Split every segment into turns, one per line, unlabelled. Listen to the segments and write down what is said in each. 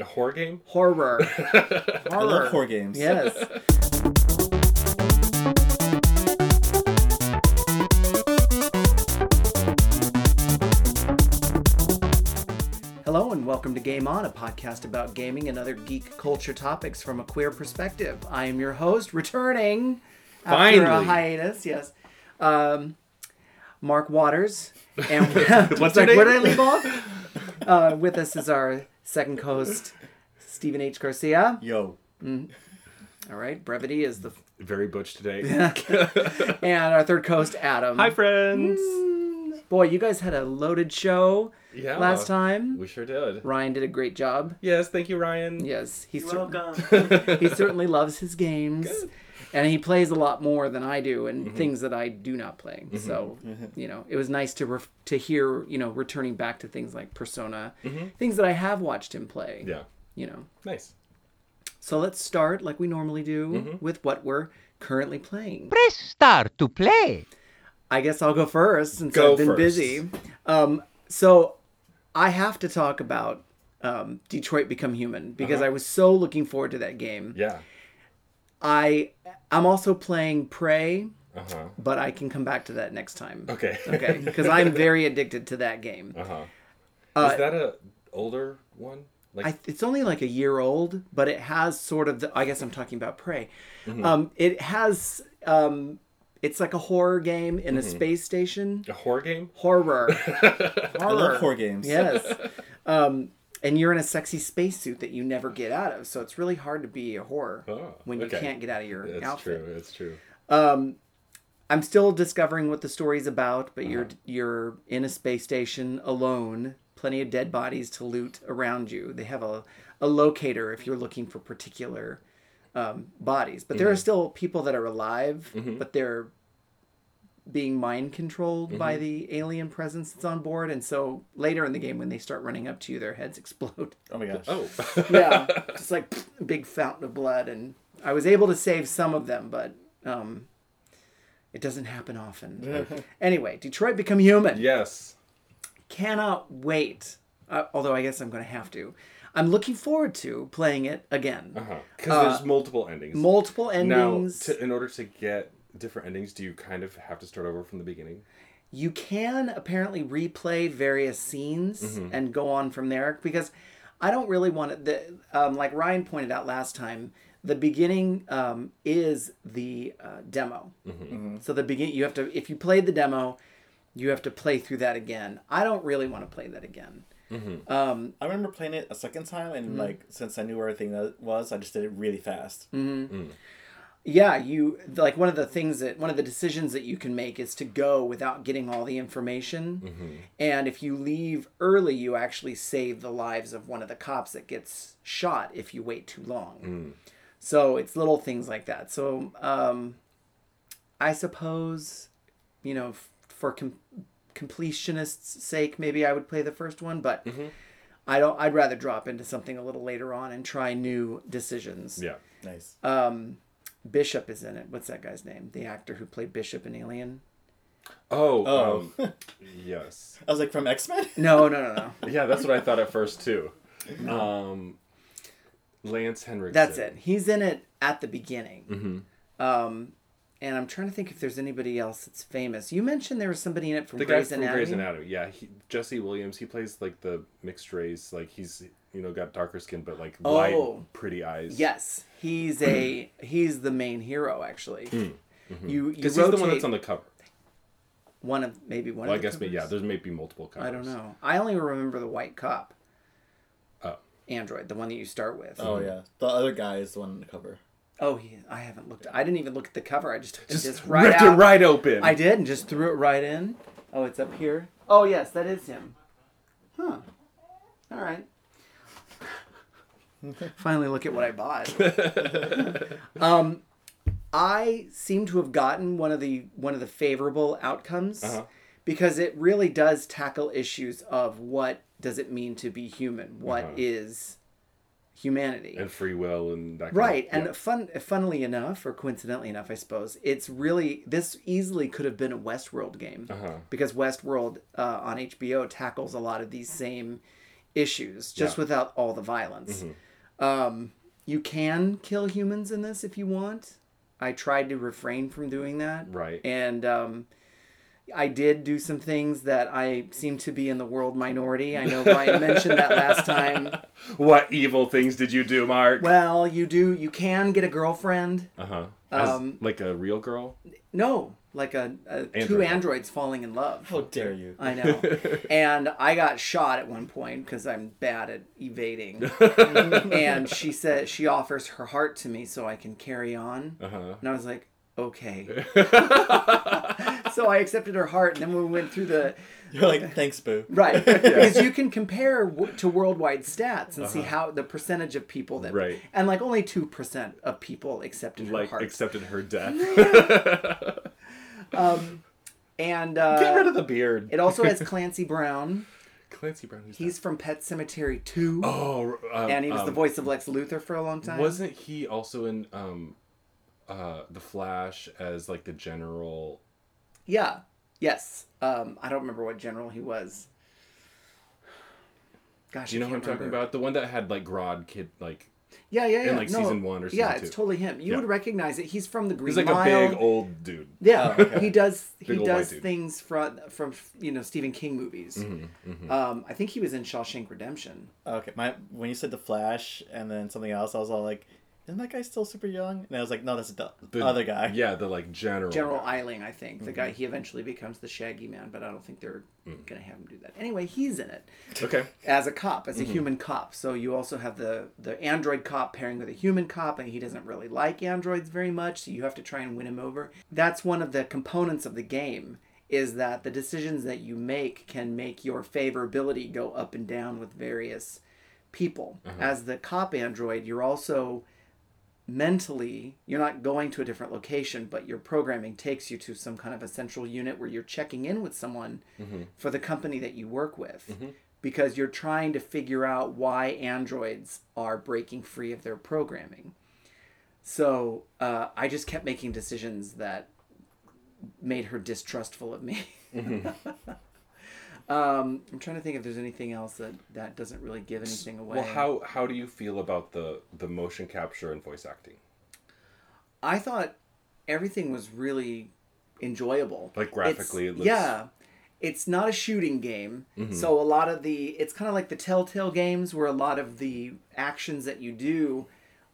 A horror game?
Horror.
I
horror.
I love horror games.
Yes. Hello and welcome to Game On, a podcast about gaming and other geek culture topics from a queer perspective. I am your host, returning after a
Finally.
hiatus. Yes, um, Mark Waters. And
What's her name?
Where did I leave off? Uh, with us is our second host, Stephen H. Garcia. Mm-hmm.
Yo.
All right, brevity is the.
Very butch today.
And our third host, Adam.
Hi, friends.
Mm. Boy, you guys had a loaded show
Yeah.
last time.
We sure did.
Ryan did a great job.
Yes, thank you, Ryan.
Yes, he's
Welcome.
he certainly loves his games and he plays a lot more than i do and
Mm-hmm.
things that i do not play so you know it was nice to ref to hear you know returning back to things like persona things that i have watched him play
Mm-hmm. Yeah.
you know
Nice.
so let's start like we normally do
Mm-hmm.
with what we're currently playing
press star to play.
I guess I'll go first since
Go
I've been
first.
busy. Um, so I have to talk about um, Detroit Become Human because
Uh-huh.
I was so looking forward to that game.
Yeah.
I I'm also playing Prey,
Uh huh.
but I can come back to that next time.
Okay.
Okay, because I'm very addicted to that game.
Uh-huh. Is
Uh,
that a older one? Like
I, it's only like a year old, but it has sort of the. I guess I'm talking about Prey.
Mm-hmm.
Um, it has. Um, it's like a horror game in a
Mm-hmm.
space station.
a horror game?
Horror.
I love horror games.
Yes. um, and you're in a sexy spacesuit that you never get out of, so it's really hard to be a horror
Oh,
when you
okay.
can't get out of your
That's
outfit.
true. That's true.
I'm still discovering what the story's about, but you're you're in a space station alone, plenty of dead bodies to loot around you. They have a a locator if you're looking for particular um, bodies, but there are still people that are alive, but they're being mind controlled by the alien presence that's on board, and so later in the game when they start running up to you, their heads explode.
Oh my gosh.
Oh.
yeah, just like a big fountain of blood, and I was able to save some of them, but um, it doesn't happen often. anyway, Detroit Become Human.
yes.
Cannot wait. Uh, although I guess I'm going to have to. I'm looking forward to playing it again.
Uh-huh. Because there's multiple endings.
Uh, Multiple
Now,
endings.
to, in order to get different endings, do you kind of have to start over from the beginning?
you can apparently replay various scenes and go on from there because I don't really want it. The, um, like Ryan pointed out last time, the beginning um, is the uh, demo. So the begin you have to if you played the demo, you have to play through that again. I don't really want to play that again.
I remember playing it a second time, and
Mm-hmm.
like since I knew where everything that was, I just did it really fast.
Mm. Yeah, you like one of the things that one of the decisions that you can make is to go without getting all the information. And if you leave early, you actually save the lives of one of the cops that gets shot if you wait too long. So it's little things like that. So um, I suppose, you know, f- for com- completionists' sake, maybe I would play the first one, but I don't. I'd rather drop into something a little later on and try new decisions.
Yeah.
Nice.
Uh, Bishop is in it. What's that guy's name? The actor who played Bishop in Alien?
Oh. Um, yes.
I was like from X Men.
No, no, no, no.
Yeah, that's what I thought at first too. Um, Lance Henriksen.
That's it. He's in it at the beginning. Um,
Mm-hmm.
and I'm trying to think if there's anybody else that's famous. You mentioned there was somebody in it from
The guy
Grey's
from
Anatomy.
Grey's Anatomy. Yeah, he, Jesse Williams. He plays like the mixed race. Like he's you know got darker skin but like light,
Oh.
pretty eyes.
Yes, he's a he's the main hero actually. You you
because Hmm. Mm-hmm. he's the
rotate
one that's on the cover.
one of maybe one.
Well, I
of the
guess, but yeah,
covers?
there's maybe multiple covers.
I don't know. I only remember the white cop.
Oh.
Android, the one that you start with.
Oh yeah, the other guy is the one on the cover.
Oh, he, I haven't looked. I didn't even look at the cover. I just
Just,
just right
ripped
out.
it right open.
I did and just threw it right in. Oh, it's up here. Oh, yes, that is him. Huh. All right. Finally, look at what I bought. um, I seem to have gotten one of the one of the favorable outcomes because it really does tackle issues of what does it mean to be human? What is humanity?
And free will and that. Kind
Right,
Of,
and
yeah.
fun, funnily enough, or coincidentally enough, I suppose it's really this easily could have been a
Uh-huh.
Westworld game because Westworld uh, on HBO tackles a lot of these same issues, just
Yeah. Mm-hmm.
without all the violence. Um, you can kill humans in this if you want. I tried to refrain from doing that.
Right.
And um, I did do some things that I seem to be in the world minority. I know Brian mentioned that last time.
What evil things did you do, Mark?
Well, you do. You can get a girlfriend.
Uh huh. As
Um,
like a real girl.
No, like a, a two
Android.
androids falling in love.
How dare you?
Oh, I know. and I got shot at one point because I'm bad at evading. and she said she offers her heart to me so I can carry on.
Uh-huh.
And I was like, okay. so I accepted her heart, and then we went through the
You're like, thanks, boo.
right because you can compare w- to worldwide stats and see how the percentage of people that
Uh-huh. Right.
and like only two percent of people accepted her
Like
heart.
accepted her death.
and uh,
Get rid of the beard.
it also has Clancy Brown.
Clancy Brown. Who's
He's from Pet Cemetery 2.
that? oh, um,
and he was the
um,
voice of Lex Luthor for a long time.
Wasn't he also in um, uh, the Flash as like the general?
Yeah. Yes. Um, I don't remember what general he was. Gosh,
Do you
I
know who I'm
can't
talking
remember.
about? The one that had like Grodd kid like.
Yeah, yeah, yeah.
like,
no,
season one or
yeah,
season
it's
two.
totally him. You
Yeah.
would recognize it. He's from the Green
He's like
Mile.
a big old dude.
Yeah, he does. He
Big old
does
white dude.
things from from you know Stephen King movies.
Mm-hmm,
Um, I think he was in Shawshank Redemption.
Okay, my when you said the Flash and then something else, I was all like, isn't that guy still super young? And I was like, no, that's the
The
other guy.
Yeah, the like general.
General Eiling, I think, the
Mm-hmm.
guy he eventually becomes the Shaggy Man, but I don't think they're
Mm.
going to have him do that. Anyway, he's in it.
Okay.
as a cop, as a human cop. So you also have the the android cop pairing with a human cop, and he doesn't really like androids very much. So you have to try and win him over. That's one of the components of the game is that the decisions that you make can make your favorability go up and down with various people. As the cop android, you're also mentally you're not going to a different location but your programming takes you to some kind of a central unit where you're checking in with someone
Mm-hmm.
for the company that you work with because you're trying to figure out why androids are breaking free of their programming so uh, i just kept making decisions that made her distrustful of me
Mm-hmm.
um, i'm trying to think if there's anything else that that doesn't really give anything away
Well, how how do you feel about the the motion capture and voice acting?
I thought everything was really enjoyable.
Like, graphically,
It's-
it looks- Mm-hmm.
yeah. It's not a shooting game, so a lot of the it's kind of like the Telltale games where a lot of the actions that you do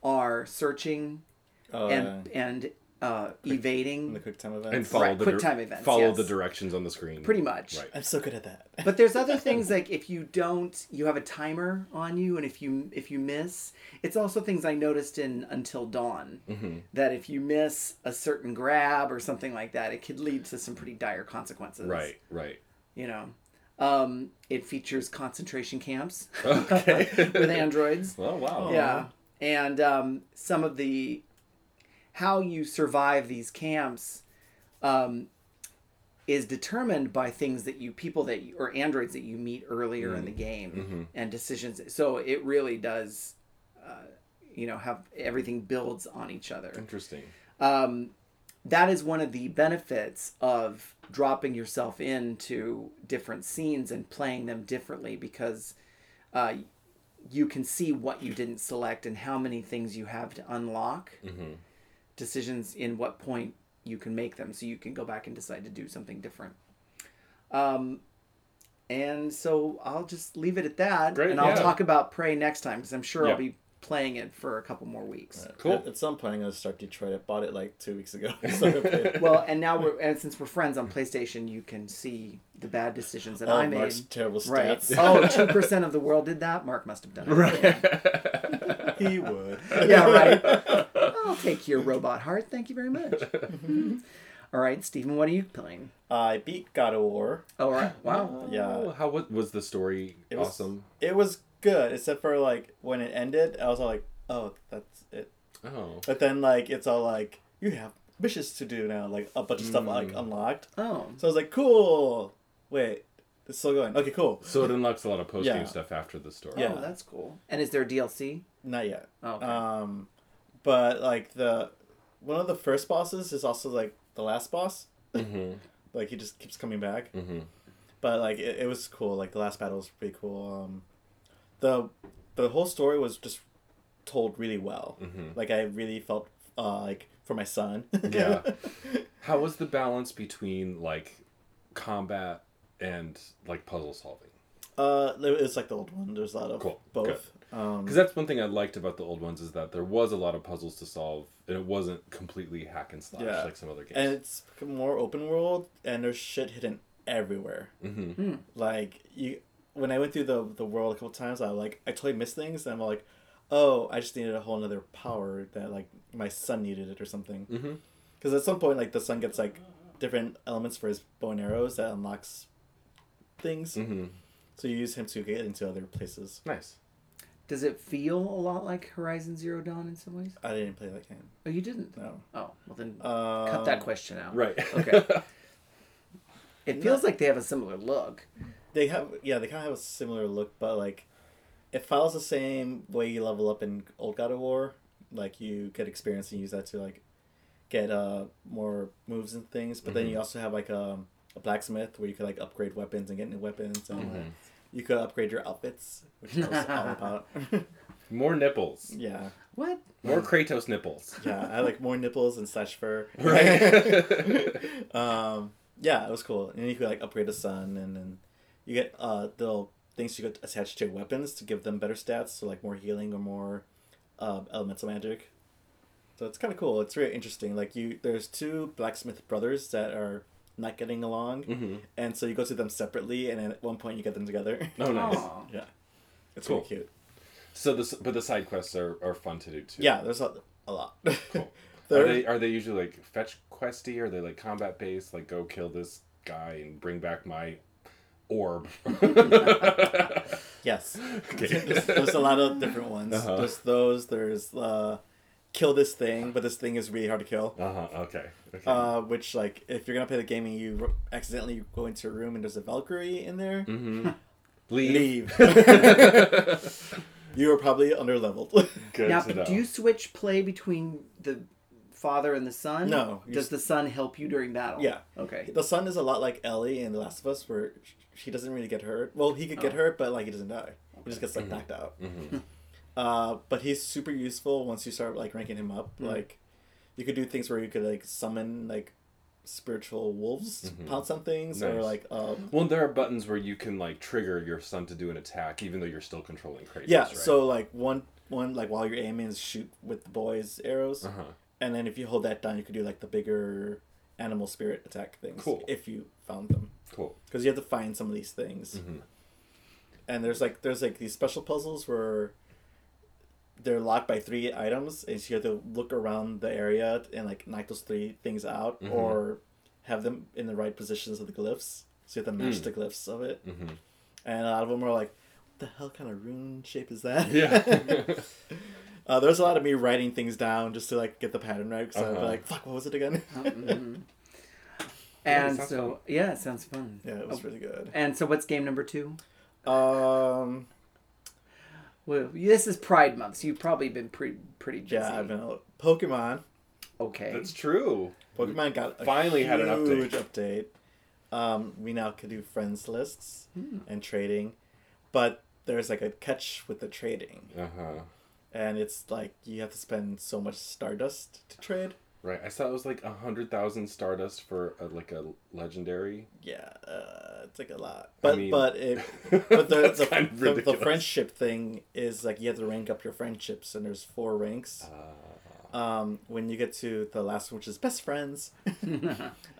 are searching
Oh,
and and uh, evading.
yeah. the quick time event.
And follow
Right,
the
quick
dir-
time events,
Follow
yes.
the directions on the screen.
Pretty much.
Right.
I'm so good at that.
but there's other things like if you don't you have a timer on you and if you if you miss it's also things i noticed in until dawn that if you miss a certain grab or something like that it could lead to some pretty dire consequences
Right. Right.
you know um, it features concentration camps with androids
Oh wow.
yeah and um, some of the how you survive these camps um, is determined by things that you people that you, or androids that you meet earlier in the game and decisions so it really does uh, you know have everything builds on each other
Interesting.
um, that is one of the benefits of dropping yourself into different scenes and playing them differently because uh, you can see what you didn't select and how many things you have to unlock
Mm-hmm.
decisions in what point you can make them so you can go back and decide to do something different um, and so i'll just leave it at that
Great,
and i'll
yeah.
talk about prey next time because i'm sure
Yeah.
i'll be playing it for a couple more weeks
Cool.
At, at some point, I'm gonna start Detroit. I bought it like two weeks ago. So I'm gonna play it.
Well, and now we're and since we're friends on PlayStation, you can see the bad decisions that
All
I
of
made.
Oh, Mark's terrible
right.
stats.
Oh, 2% of the world did that. Mark must have done it.
he would.
Yeah, right. I'll take your robot heart. Thank you very much. All right, Stephen, what are you playing?
I beat God of War.
All right. Wow.
Oh,
Yeah,
how was, was the story?
It was-
awesome.
it was good except for like when it ended. I was all like, oh, that's it.
Oh.
But then like it's all like you have missions to do now, like a bunch of stuff like unlocked.
Oh.
So I was like, cool. Wait, it's still going. Okay, cool.
So it unlocks a lot of post game
Yeah.
stuff after the story.
Yeah.
Oh, that's cool. And is there DLC?
Not yet.
Oh, okay.
Um, but like the one of the first bosses is also like the last boss.
Mm-hmm.
like he just keeps coming back.
Mhm.
But like it, it was cool. Like the last battle was pretty cool. Um, the the whole story was just told really well.
Mm-hmm.
Like I really felt uh, like for my son.
Yeah. How was the balance between like combat and like puzzle solving?
uh, it was like the old one. There's a lot of
Cool.
both. Um,
Because that's one thing I liked about the old ones is that there was a lot of puzzles to solve, and it wasn't completely hack and slash
Yeah.
like some other games.
and it's more open world, and there's shit hidden everywhere.
Mhm.
Like you, when I went through the the world a couple times, I like I totally missed things, and I'm like, oh, I just needed a whole another power that like my son needed it or something. Because
Mhm.
at some point, like the son gets like different elements for his bow and arrows that unlocks things.
Mhm.
So you use him to get into other places.
Nice.
Does it feel a lot like Horizon Zero Dawn in some ways?
I didn't play that game.
Oh, you didn't.
No.
Oh, well then,
Um,
cut that question out.
Right.
Okay. It feels like they have a similar look.
They have yeah, they kind of have a similar look, but like it follows the same way you level up in old God of War. Like you get experience and use that to like get uh more moves and things. But then you also have like um a blacksmith where you can like upgrade weapons and get new weapons and like, you could upgrade your outfits, which is all about.
More nipples.
yeah,
What?
Mm.
More Kratos nipples.
yeah. I like more nipples and slash fur.
Right.
um, yeah, it was cool. And you could like upgrade the sun, and then you get uh the little things you could attach to your weapons to give them better stats, so like more healing or more um, elemental magic. So it's kind of cool. It's really interesting. Like you, there's two blacksmith brothers that are not getting along,
Mm-hmm.
and so you go to them separately, and at one point you get them together.
oh, nice.
Aw.
yeah, it's
Cool.
really cute.
So the s- but the side quests are, are fun to do too.
Yeah, there's a, a lot. Cool.
Are they are they usually like fetch questy? Are they like combat based? Like go kill this guy and bring back my orb. Uh-huh,
Yes.
Okay. Uh-huh.
there's, there's a lot of different ones. There's those. There's uh, kill this thing, but this thing is really hard to kill.
Uh-huh. Okay. Okay.
Uh, which like if you're gonna play the game and you r- accidentally go into a room and there's a Valkyrie in there,
Mm-hmm. Leave.
leave. you are probably underleveled.
Good
now,
to know.
do you switch play between the father and the son?
No, you
Does
s-
the son help you during battle?
yeah.
Okay.
The son is a lot like Ellie in The Last of Us, where sh- she doesn't really get hurt. Well, he
Oh.
could get hurt, but like he doesn't die. He just gets
Mm-hmm.
like knocked out. Uh, but he's super useful once you start like ranking him
Mm-hmm.
up. Like, you could do things where you could like summon like spiritual wolves to pounce on things, or
Mm-hmm. Nice.
like um,
Well, there are buttons where you can like trigger your son to do an attack, even though you're still controlling Kratos.
yeah.
Right?
So like one one like while you're aiming is shoot with the boy's arrows,
Uh-huh.
and then if you hold that down, you could do like the bigger animal spirit attack things.
Cool.
If you found them.
cool.
because you have to find some of these things.
Mm-hmm.
And there's like there's like these special puzzles where they're locked by three items, and so you have to look around the area and like knock those three things out,
Mm-hmm.
or have them in the right positions of the glyphs. So
Mm.
you have to match the glyphs of it.
Mm-hmm.
And a lot of them are like, "The hell kind of rune shape is that?"
Yeah.
uh, there's a lot of me writing things down just to like get the pattern right. because I'm
Uh-huh.
like, "Fuck, what was it again?"
and
sounds
so, yeah, it sounds fun.
yeah, it was really good.
And so, what's game number two?
Um,
Well, this is Pride Month, so you've probably been pretty pretty busy.
yeah, I've been a- Pokemon.
okay.
That's true.
Pokemon got a
Finally had an
huge update. Um, we now can do friends lists and trading, but there's like a catch with the trading,
Uh huh.
and it's like you have to spend so much Stardust to trade.
Right. I saw it was like a hundred thousand Stardust for a, like a legendary.
Yeah, uh, it's like a lot. But
mean-
but it but the
That's
the,
kind of
the- the,
ridiculous.
friendship thing is like you have to rank up your friendships, and there's four ranks.
Ah.
um, when you get to the last one, which is best friends,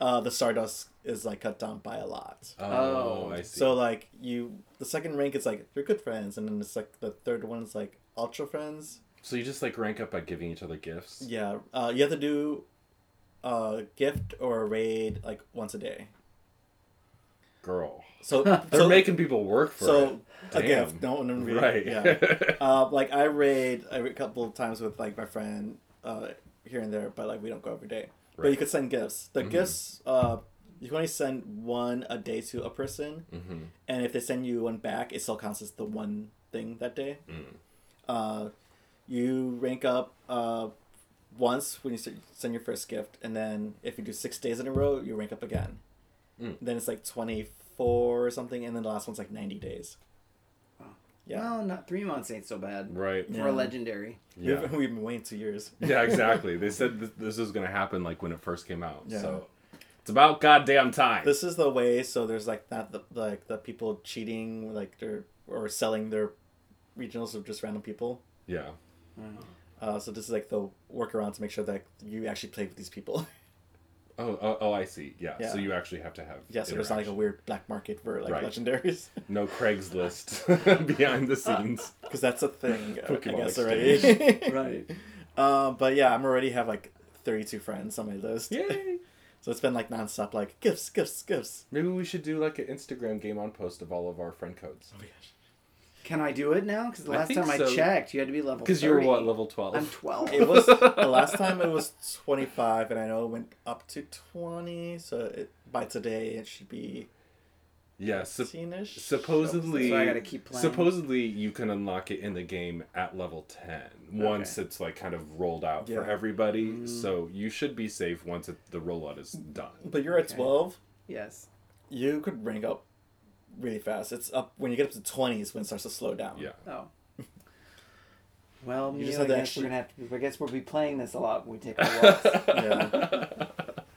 uh, the Stardust is like cut down by a lot.
Oh,
Oh.
I see.
So like you, the second rank is like you're good friends, and then it's like the third one is like ultra friends.
so you just like rank up by giving each other gifts.
Yeah, uh, you have to do a gift or a raid like once a day.
Girl,
So
they're
so,
making people work for
so
it.
a
Damn.
gift. No one to raid.
Right.
Yeah. uh, like I raid a couple of times with like my friend uh, here and there, but like we don't go every day. But you
Right.
could send gifts. The gifts uh, you can only send one a day to a person, and if they send you one back, it still counts as the one thing that day. Uh, you rank up uh, once when you s- send your first gift, and then if you do six days in a row, you rank up again. Then it's like twenty four or something, and then the last one's like ninety days. Yeah.
Well, not three months ain't so bad
Right.
for
Yeah.
a legendary.
Yeah.
We've, we've been waiting two years.
Yeah, exactly. They said th- this is going to happen like when it first came out.
Yeah.
So it's about goddamn time.
This is the way. So there's like not the like the people cheating, like they're or selling their regionals of just random people.
yeah.
Uh, so this is like the workaround to make sure that you actually play with these people.
Oh, oh, oh, I see. Yeah.
Yeah.
So you actually have to have
yeah, so there's not like a
interaction.
weird black market for like
Right.
legendaries,
no Craigslist behind
Uh.
the scenes.
because that's a thing. I
Pokemon
guess
exchange.
already.
Right.
um, but yeah, I'm already have like 32 friends on my list.
Yay!
So it's been like nonstop, like gifts, gifts, gifts.
Maybe we should do like an Instagram game on post of all of our friend codes.
Oh,
Can I do it now? Because the
I
last
think
time
so.
I checked, you had to be level.
Because you're
30.
what level twelve?
I'm twelve.
It was the last time it was 25, and I know it went up to 20. So it, by today it should be
Yeah. sup-
15ish.
supposedly,
So I gotta keep playing.
supposedly you can unlock it in the game at level ten once
Okay.
it's like kind of rolled out for
Yeah.
everybody.
Mm.
So you should be safe once it, the rollout is done.
But you're at
Okay.
12.
yes.
You could rank up really fast. It's up when you get up to 20s when it starts to slow down.
Yeah.
Oh. Well,
You
you
just
I
had to
guess
actually-
we're gonna have to. I guess we'll be playing this a lot when we take our walks.
Yeah.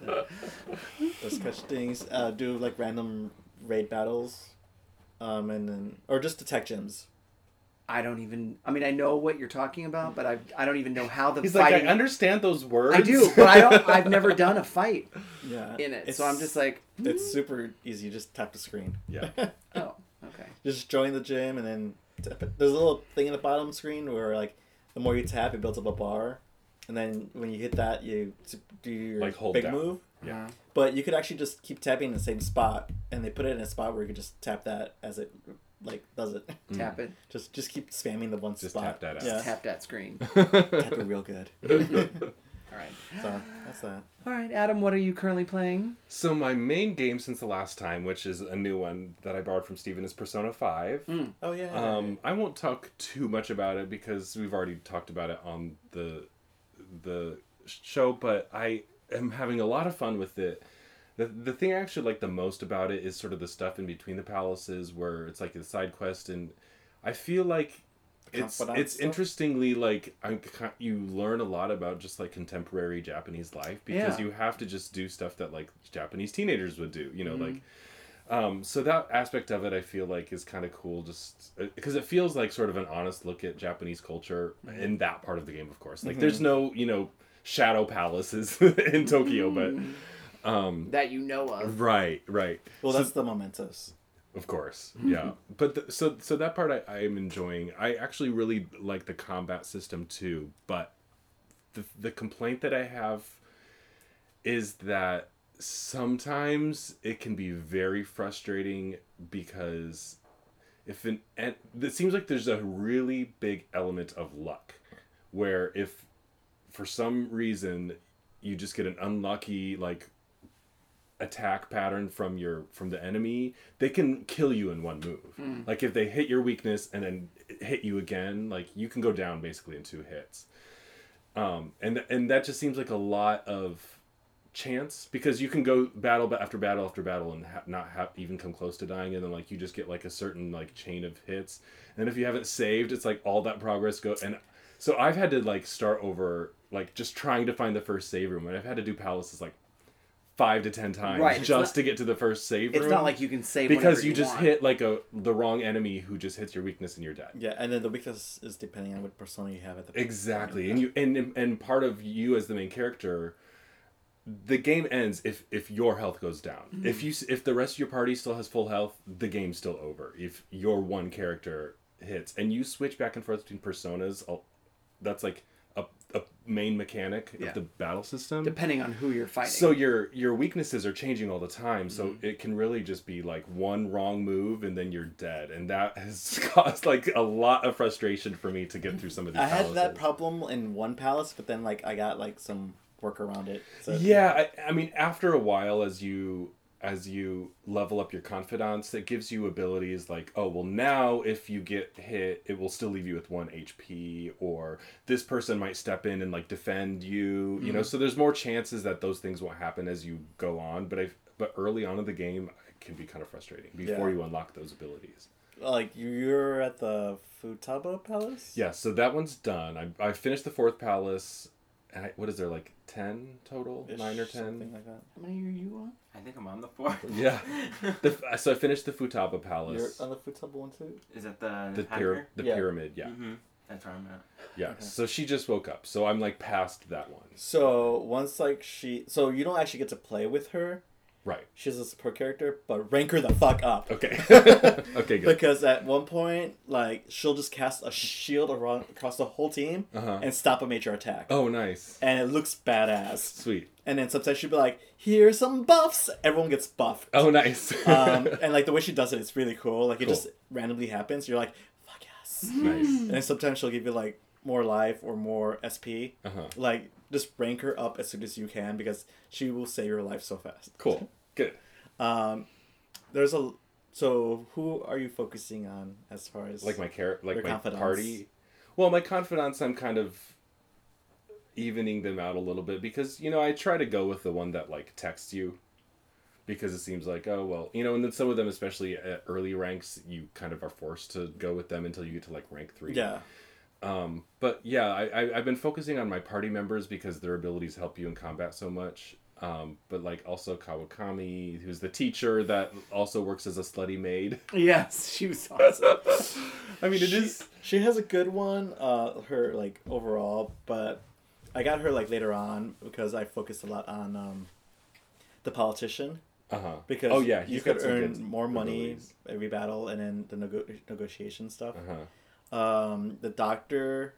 Those catch things. Uh, do like random raid battles, um, and then or just detect gems.
I don't even. I mean, I know what you're talking about, but I I don't even know how the
He's
fighting.
like, I understand those words.
I do, but I don't. I've never done a fight
Yeah.
in it, so I'm just like, "Hmm?"
It's super easy. You just tap the screen.
Yeah.
oh, okay.
just join the gym and then tap it. there's a little thing in the bottom screen where like the more you tap, it builds up a bar, and then when you hit that, you s- do your
Like hold
big
down.
move.
Yeah.
But you could actually just keep tapping in the same spot, and they put it in a spot where you could just tap that as it like does it.
Tap it.
Just just keep spamming the one
Mm. Just
spot.
tap that out.
Yeah.
Tap that screen.
tap it real good. so
All right.
that's that.
All right, Adam. What are you currently playing?
So my main game since the last time, which is a new one that I borrowed from Steven, is Persona Five.
Oh yeah.
Um, I won't talk too much about it because we've already talked about it on the the show, but I am having a lot of fun with it. The, the thing I actually like the most about it is sort of the stuff in between the palaces where it's like a side quest and I feel like it's
confidant
it's
stuff?
interestingly like I'm, ki- you learn a lot about just like contemporary Japanese life because
Yeah.
you have to just do stuff that like Japanese teenagers would do, you know, like um, so that aspect of it, I feel like, is kind of cool, just because it feels like sort of an honest look at Japanese culture in that part of the game. Of course, like there's no you know shadow palaces in Tokyo,
That you know
but
of.
right, right,
well, that's the mementos.
of course, yeah. But the, so so that part I, I am enjoying. I actually really like the combat system too, but the the complaint that I have is that sometimes it can be very frustrating because if an and it seems like there's a really big element of luck where if for some reason you just get an unlucky like attack pattern from your from the enemy they can kill you in one move
Mm.
like if they hit your weakness and then hit you again like you can go down basically in two hits um and and that just seems like a lot of chance because you can go battle ba- after battle after battle and ha- not have even come close to dying and then like you just get like a certain like chain of hits and if you haven't saved it's like all that progress go and so i've had to like start over like just trying to find the first save room and i've had to do palaces like five to ten times
Right, it's
just
not-
to get to the first save
It's
room
not like you can save whenever
because you, just
want.
hit like a the wrong enemy who just hits your weakness and you're dead
Yeah, and then the weakness is depending on what persona you have at the.
Exactly, and you and and part of you as the main character, the game ends if if your health goes down.
Mm-hmm.
If you s- if the rest of your party still has full health, the game's still over. If your one character hits and you switch back and forth between personas, al- that's like a, a main mechanic
Yeah.
of the battle system.
Depending on who you're fighting.
so your your weaknesses are changing all the time, so it can really just be like one wrong move and then you're dead, and that has caused like a lot of frustration for me to get through some of these.
I had that
palaces.
problem in one palace, but then like I got like some work around it. So
yeah I, I mean after a while as you as you level up your confidants that gives you abilities like oh well now if you get hit it will still leave you with one hp or this person might step in and like defend you you
Mm-hmm.
know so there's more chances that those things won't happen as you go on but i but early on in the game it can be kind of frustrating before
Yeah.
you unlock those abilities
Like you're at the Futaba Palace.
Yeah, so that one's done. I, I finished the fourth palace. And I, what is there like ten total,
Ish,
nine or
something
ten?
like that.
How many are you on?
I think I'm on the fourth.
Yeah. The, uh, so I finished the Futaba
You're
Palace,
on the Futaba one too.
Is it the
the
hacker?
pyra- the
Yeah.
pyramid. Yeah,
Mm-hmm. That's where I'm at.
yeah. So she just woke up. So I'm like past that one.
So once like she, so you don't actually get to play with her.
Right.
She's a support character, but rank her the fuck up.
Okay. okay. Good.
Because at one point, like she'll just cast a shield around across the whole team
Uh-huh.
and stop a major attack,
Oh, nice.
and it looks badass.
Sweet.
And then sometimes she'll be like, "Here's some buffs." Everyone gets buffed.
Oh, nice.
um, and like the way she does it, it's really cool. Like it
Cool.
just randomly happens. You're like, "Fuck yes!"
nice.
and then sometimes she'll give you like more life or more SP.
Uh-huh.
Like just rank her up as soon as you can because she will save your life so fast.
Cool. Good.
There's a so who are you focusing on as far as
like my care like
Your
my
confidants.
party well my confidants i'm kind of evening them out a little bit because you know i try to go with the one that like texts you because it seems like oh well you know and then some of them especially at early ranks you kind of are forced to go with them until you get to like rank three
yeah
but yeah I, I i've been focusing on my party members because their abilities help you in combat so much um, but like also Kawakami, who's the teacher that also works as a slutty maid.
Yes, she was awesome.
I mean, it is
she, she has a good one uh her like overall but i got her like later on because i focused a lot on um the politician
Uh huh.
because
oh yeah,
you
he's
could
got some
earn
good
more money
abilities.
every battle and then the nego- negotiation stuff
Uh-huh.
um the doctor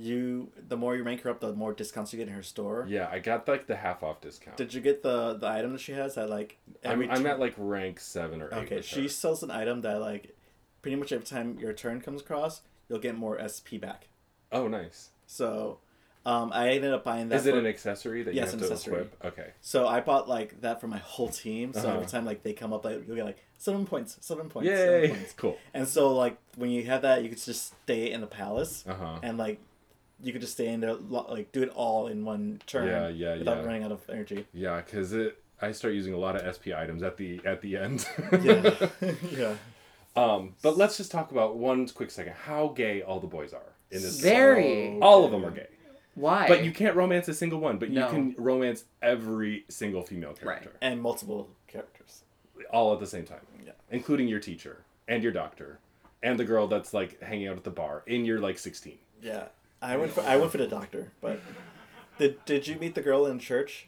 you the more you rank her up the more discounts you get in her store
Yeah, I got like the half off discount.
did you get the the item that she has that like
I'm, I'm
turn-
at like rank seven or eight.
Okay,
with
she
her.
sells an item that like pretty much every time your turn comes across, you'll get more SP back.
Oh, nice.
So, um, I ended up buying that.
Is it
for-
an accessory that you
Yes, an
have to
accessory.
equip? Okay.
so I bought like that for my whole team. So
Uh-huh.
every time like they come up, like you'll get like seven points, seven points, seven
Yay!
points.
cool.
And so like when you have that, you could just stay in the palace
Uh-huh.
and like you could just stay in there, lo- like do it all in one turn.
Yeah, yeah,
without
yeah.
running out of energy.
Yeah, because it I start using a lot of SP items at the at the end.
Yeah, yeah.
um, but let's just talk about one quick second how gay all the boys are in this. game.
Very.
So-
All of them are gay,
Why?
but you can't romance a single one. But
No.
you can romance every single female character,
And multiple characters.
all at the same time,
Yeah.
including your teacher and your doctor, and the girl that's like hanging out at the bar in your like sixteen.
Yeah, I went for I went for the doctor, but did did you meet the girl in church?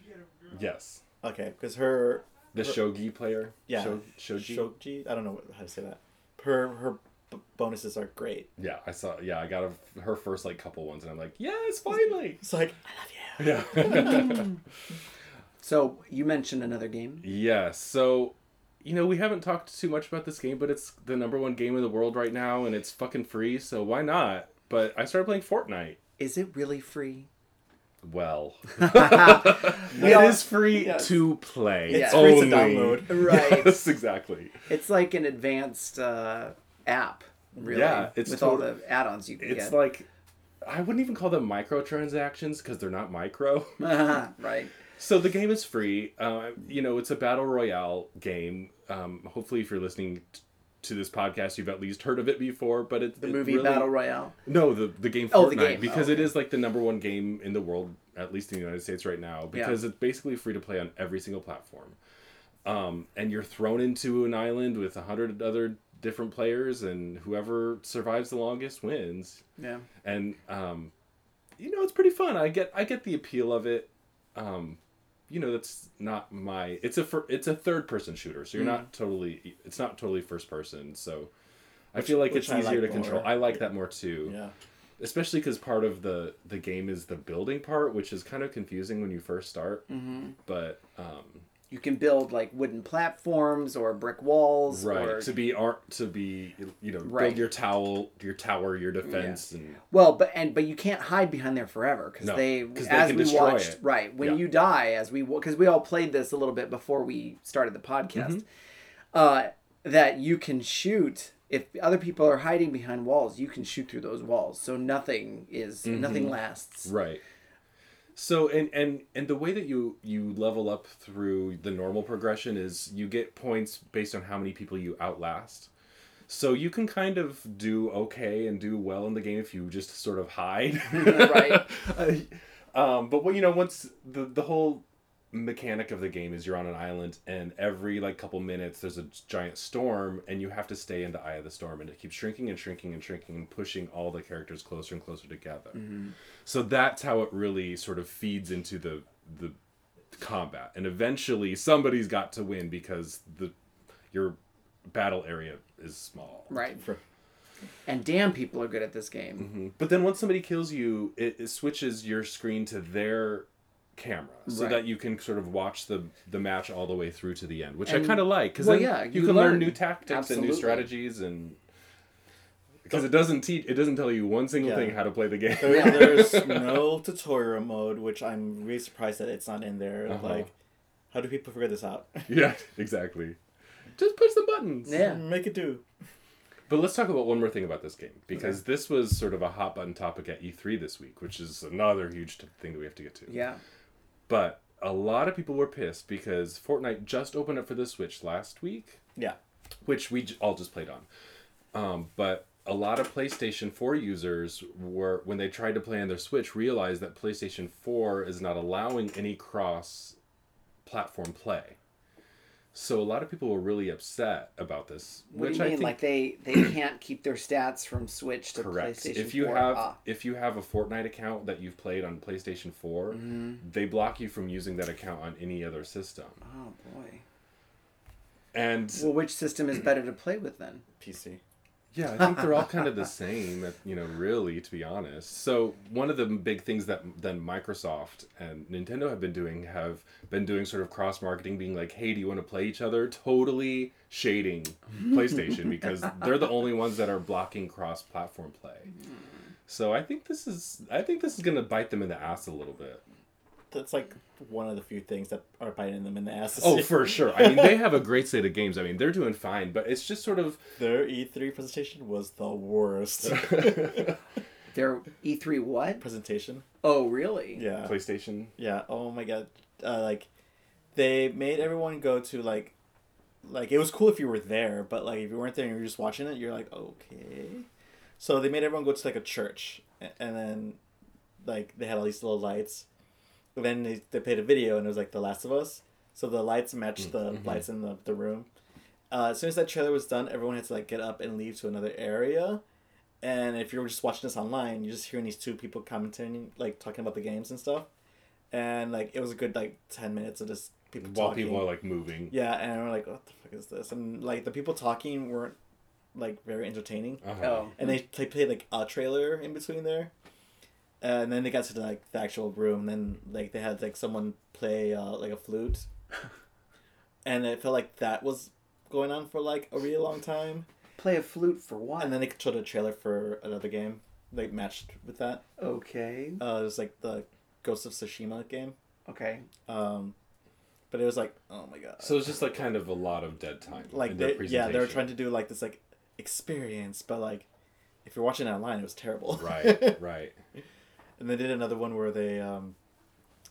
Yes.
Okay, because her
The shogi player.
yeah
Sho- shogi.
Shoji I don't know how to say that. Her her b- bonuses are great.
yeah, I saw. Yeah, I got a, her first like couple ones, and I'm like, yes, finally.
It's like I love you.
yeah.
so you mentioned another game.
yeah. So, you know, we haven't talked too much about this game, but it's the number one game in the world right now, and it's fucking free. So why not? But I started playing Fortnite.
Is it really free?
Well,
We
it
all-
is free
yes.
to play.
It's
free
to
only.
download.
Right.
Yes, exactly.
It's like an advanced uh, app, really.
Yeah, it's
with all
total-
the add-ons you can
It's
get.
like I wouldn't even call them microtransactions because they're not micro.
right.
So the game is free. Uh, you know, it's a battle royale game. Um, hopefully, if you're listening t- to this podcast, you've at least heard of it before. But it's
The movie Battle Royale.
No, the the game Fortnite
Oh, the game. Oh,
because it
okay.
is like the number one game in the world, at least in the United States right now, because it's basically free to play on every single platform. Um, and you're thrown into an island with a hundred other different players, and whoever survives the longest wins
Yeah.
and um, you know it's pretty fun. I get I get the appeal of it. Um, you know that's not my. It's a fir- it's a third person shooter, so you're
Mm.
not totally. It's not totally first person, so I feel like
which
it's
I
easier to
like
control.
more.
I like that more too,
Yeah,
especially because part of the the game is the building part, which is kind of confusing when you first start. But um,
You can build like wooden platforms or brick walls.
right
Or,
to be art to be you know
Right.
build your towel your tower your defense and
well, but and but you can't hide behind there forever because
No,
they
'cause they
as
can
we
destroy
watched
it.
right when
Yeah.
you die as we because we all played this a little bit before we started the podcast
Mm-hmm.
uh, that you can shoot if other people are hiding behind walls you can shoot through those walls so nothing is nothing
Mm-hmm.
lasts
Right. So and and and the way that you you level up through the normal progression is you get points based on how many people you outlast. So you can kind of do okay and do well in the game if you just sort of hide.
Right.
Uh, um, but what you know, once the the whole mechanic of the game is you're on an island and every like couple minutes there's a giant storm and you have to stay in the eye of the storm and it keeps shrinking and shrinking and shrinking and pushing all the characters closer and closer together. So that's how it really sort of feeds into the the combat and eventually somebody's got to win because the your battle area is small.
Right.
For-
And damn, people are good at this game.
But then once somebody kills you, it, it switches your screen to their camera so
Right.
that you can sort of watch the the match all the way through to the end, which I
And-
kind of like because
well,
then
yeah,
you,
you
can learn,
learn.
new tactics and
Absolutely.
new strategies and because it doesn't teach it doesn't tell you one single
Yeah.
thing how to play the game.
There, there's no tutorial mode, which I'm really surprised that it's not in there.
Uh-huh.
Like, how do people figure this out?
yeah, exactly. Just push the buttons.
Yeah.
Make it do.
But let's talk about one more thing about this game because this was sort of a hot button topic at E3 this week, which is another huge t- thing that we have to get to.
Yeah.
But a lot of people were pissed because Fortnite just opened up for the Switch last week,
Yeah.
which we j- all just played on. Um, but a lot of PlayStation 4 users were, when they tried to play on their Switch, realized that PlayStation 4 is not allowing any cross platform play. So a lot of people were really upset about this,
What
which
do you
I
mean?
think
Like they they can't keep their stats from Switch to
correct.
PlayStation
If you
4?
have
Ah.
if you have a Fortnite account that you've played on PlayStation 4,
Mm-hmm.
they block you from using that account on any other system.
oh boy.
And
Well, which system is better to play with then?
PC.
Yeah, I think they're all kind of the same, at- you know, really, to be honest. So, one of the big things that then Microsoft and Nintendo have been doing have been doing sort of cross marketing, being like, hey, do you want to play each other? Totally shading PlayStation because they're the only ones that are blocking cross platform play. So I think this is I think this is gonna bite them in the ass a little bit.
That's like one of the few things that are biting them in the ass.
Oh, for sure. I mean, they have a great slate of games. I mean, they're doing fine, but it's just sort of
Their E3 presentation was the worst
Their E3 what?
presentation.
Oh, really?
Yeah.
PlayStation.
Yeah. Oh my god. Uh, like, they made everyone go to like, like it was cool if you were there, but like if you weren't there and you were just watching it, you're like, okay. So they made everyone go to like a church, a- and then, like they had all these little lights. And then they, they played a video, and it was like The Last of Us. So the lights matched
Mm,
the
mm-hmm.
lights in the, the room. Uh, as soon as that trailer was done, everyone had to like get up and leave to another area. And if you were just watching this online, you're just hearing these two people commenting, like talking about the games and stuff. And like it was a good like ten minutes of just people
While
talking.
people are like moving.
yeah, and we're like, what the fuck is this? And like the people talking weren't like very entertaining.
Uh-huh.
Oh.
And they they played like a trailer in between there. And then they got to like the actual room. Then like they had like someone play uh, like a flute, and it felt like that was going on for like a really long time.
Play a flute for what?
And then they showed a trailer for another game, like matched with that.
okay.
Uh, it was like the Ghost of Tsushima game.
Okay.
Um, but it was like, oh my god,
So it's just like kind of a lot of dead time.
like
in
they, yeah, they were trying
presentation.
to do like this like experience, but like if you're watching it online, it was terrible.
right, right.
And they did another one where they um,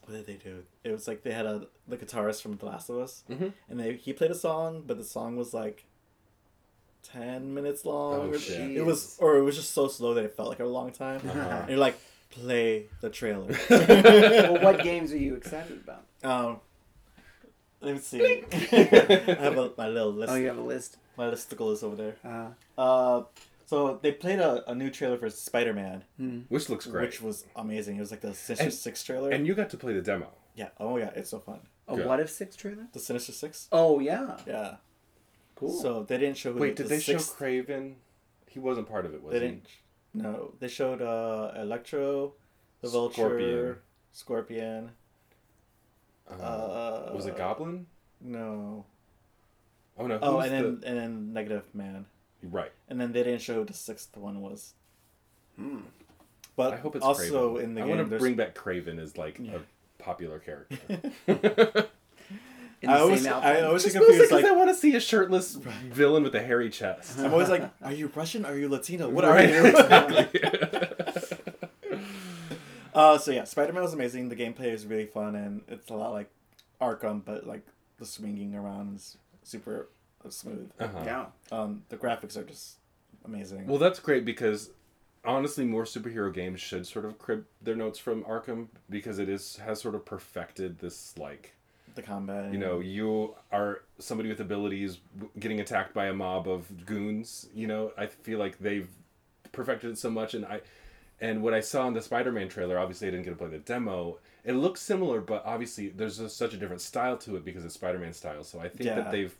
what did they do? It was like they had a the guitarist from The Last of Us,
Mhm.
and they he played a song, but the song was like ten minutes long.
Oh,
or-
shit. Uh-huh.
It was or it was just so slow that it felt like a long time. And you're like, play the trailer.
well, what games are you excited about?
um, let me see. I have a, my little list.
Oh, you have a list.
My listicle is over there.
Uh,
Uh, so they played a, a new trailer for Spider Man,
Which looks great.
which was amazing. It was like the Sinister
And-
Six trailer.
and you got to play the demo.
yeah. Oh yeah, it's so fun.
a
Good.
What If Six trailer?
The Sinister Six.
Oh yeah.
Yeah.
Cool.
So they didn't show. Who
Wait, did
the
they show
sixth-
Craven? He wasn't part of it, was
They
he?
didn't. No, they showed uh Electro, the Vulture, Scorpion. Uh,
was it Goblin?
No.
Oh no.
Oh,
who's
and then and then Negative Man,
the... right.
and then they didn't show who the sixth one was. Hmm. But
I hope it's
also
Craven.
in the
I
game.
want to
there's-
bring back Craven as like a popular character.
In the
I always,
same
I
outfit.
always get
Just mostly
confused.
because
Like,
I want to see a shirtless villain with a hairy chest.
I'm always like, are you Russian? Are you Latino? What
Right,
are you?
exactly.
Uh, so yeah, Spider Man was amazing. The gameplay is really fun, and it's a lot like Arkham, but like the swinging around is super smooth.
Uh-huh.
Yeah.
Um, the graphics are just amazing.
Well, that's great because honestly, more superhero games should sort of crib their notes from Arkham because it is has sort of perfected this like
the combat,
you know you are somebody with abilities w- getting attacked by a mob of goons. You know, I feel like they've perfected it so much, and I and what I saw in the Spider-Man trailer, obviously I didn't get to play the demo. It looks similar, but obviously there's just such a different style to it because it's Spider-Man style. So I think
Yeah.
that they've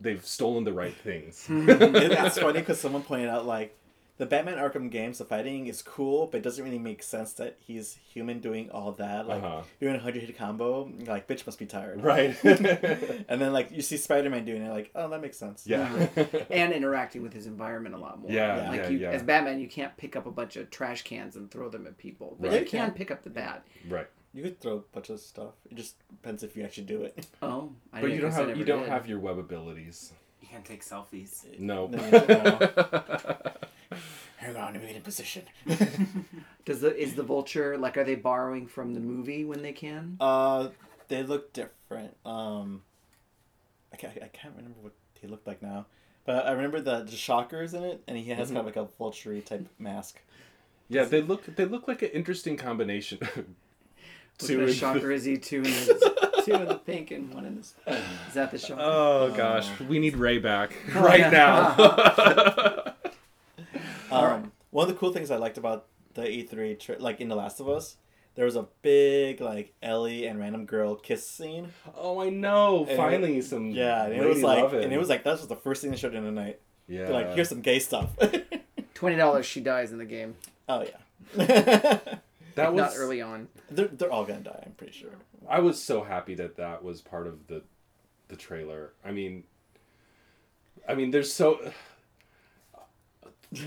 they've stolen the right things.
And it's funny because someone pointed out like the Batman Arkham games, the fighting is cool, but it doesn't really make sense that he's human doing all that. Like
Uh-huh.
you're in a hundred hit combo, and you're like bitch must be tired,
right.
and then like you see Spider Man doing it, like oh that makes sense.
yeah.
and interacting with his environment a lot more.
Yeah,
like
yeah,
you,
yeah.
as Batman, you can't pick up a bunch of trash cans and throw them at people, but
Right.
you
You
can
can.
pick up the bat.
right.
you could throw a bunch of stuff. It just depends if you actually do it.
Oh, I
But you don't
guess I
have
never
you don't
did.
have your web abilities.
You can't take selfies.
No.
No, no, no. Hang on, I'm in position.
Does the is the vulture like? Are they borrowing from the movie when they can?
Uh, they look different. Um, I can't, I can't remember what he looked like now, but I remember the, the shocker is in it, and he has kind of like a vulture type mask.
yeah, they look they look like an interesting combination.
Two
in
the
the-
shocker is he two in the two in the pink and one in the. Is that the shocker?
Oh gosh, we need Ray back right now.
Oh, Um, one of the cool things I liked about the E3, tri- like in The Last of Us, there was a big like Ellie and random girl kiss scene.
oh, I know.
it-
Finally, some
Yeah, and it
Mm-hmm. lady
was like,
loving.
and it was like that was the first thing they showed in the night.
yeah.
They're like, here's some gay stuff.
Twenty dollars. She dies in the game.
oh yeah,
that was
Not early on.
they're they're all gonna die. I'm pretty sure.
I was so happy that that was part of the the trailer. I mean, I mean, there's so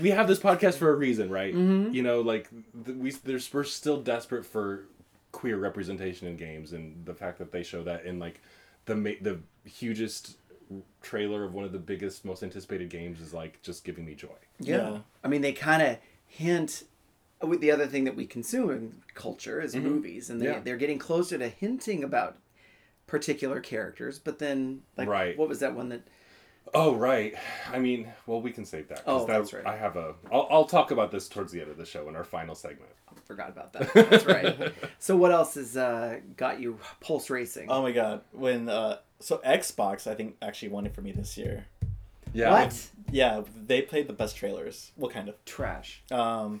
we have this podcast for a reason, right?
Mm-hmm.
You know, like th- we there's we're still desperate for queer representation in games, and the fact that they show that in like the ma- the hugest trailer of one of the biggest, most anticipated games is like just giving me joy.
Yeah.
Yeah.
I mean, they kind of hint with the other thing that we consume in culture is movies, and they,
Mm-hmm. Yeah.
they're getting closer to hinting about particular characters, but then, like,
Right.
what was that one that.
Oh right. I mean, well, we can save that. 'cause
Oh,
that-
that's right.
I have a. I'll, I'll talk about this towards the end of the show in our final segment.
Forgot about that. That's right. so, what else has uh, got you pulse racing?
Oh my god, when uh, so Xbox I think actually won it for me this year.
Yeah.
what?
Yeah, they played the best trailers. Well, kind of.
Trash.
Uh,
Um,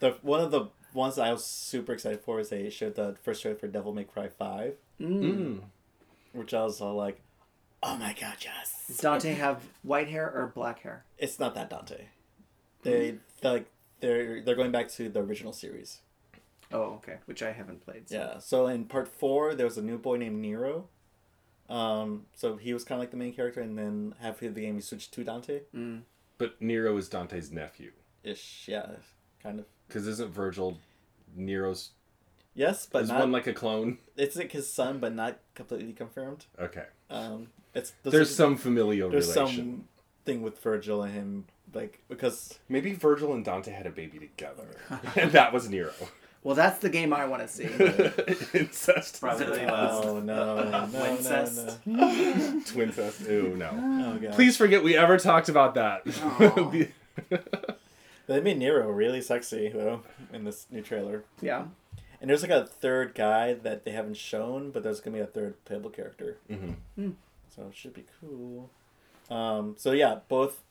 the one of the ones I was super excited for is they showed the first trailer for Devil May Cry Five, Mm. which I was all like, "Oh my god, yes!"
Does Dante have white hair or black hair?
It's not that Dante. They they're like they're they're going back to the original series.
Oh, okay. Which I haven't played. so-
Yeah. So in part four, there was a new boy named Nero. Um, so he was kind of like the main character, and then halfway through the game, he switched to Dante.
Mm. But Nero is Dante's nephew.
ish. Yeah, kind of.
Because isn't Virgil Nero's.
Yes, but
Is
not.
one like a clone?
it's like his son, but not completely confirmed.
Okay.
Um, it's
There's some familial
there's
relation.
some thing with Virgil and him, like because
Maybe Virgil and Dante had a baby together. and that was Nero.
Well, that's the game I want to see.
Incest.
Probably really loud.
oh no, no, no,
Wincest.
no.
Twincest. Ooh, no.
Oh god,
Please forget we ever talked about that.
Aw.
They made Nero really sexy though in this new trailer,
yeah.
and there's like a third guy that they haven't shown, but there's gonna be a third playable character. Mm-hmm. So it should be cool. Um, so yeah, both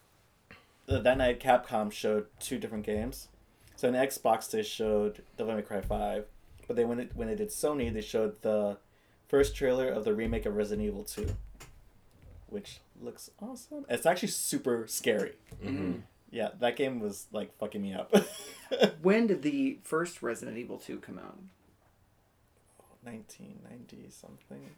uh, that night Capcom showed two different games. So in Xbox they showed Devil May Cry Five, but they when it, when they did Sony they showed the first trailer of the remake of Resident Evil Two, which looks awesome. It's actually super scary. Yeah, that game was like fucking me up.
When did the first Resident Evil 2 come out?
Nineteen ninety something.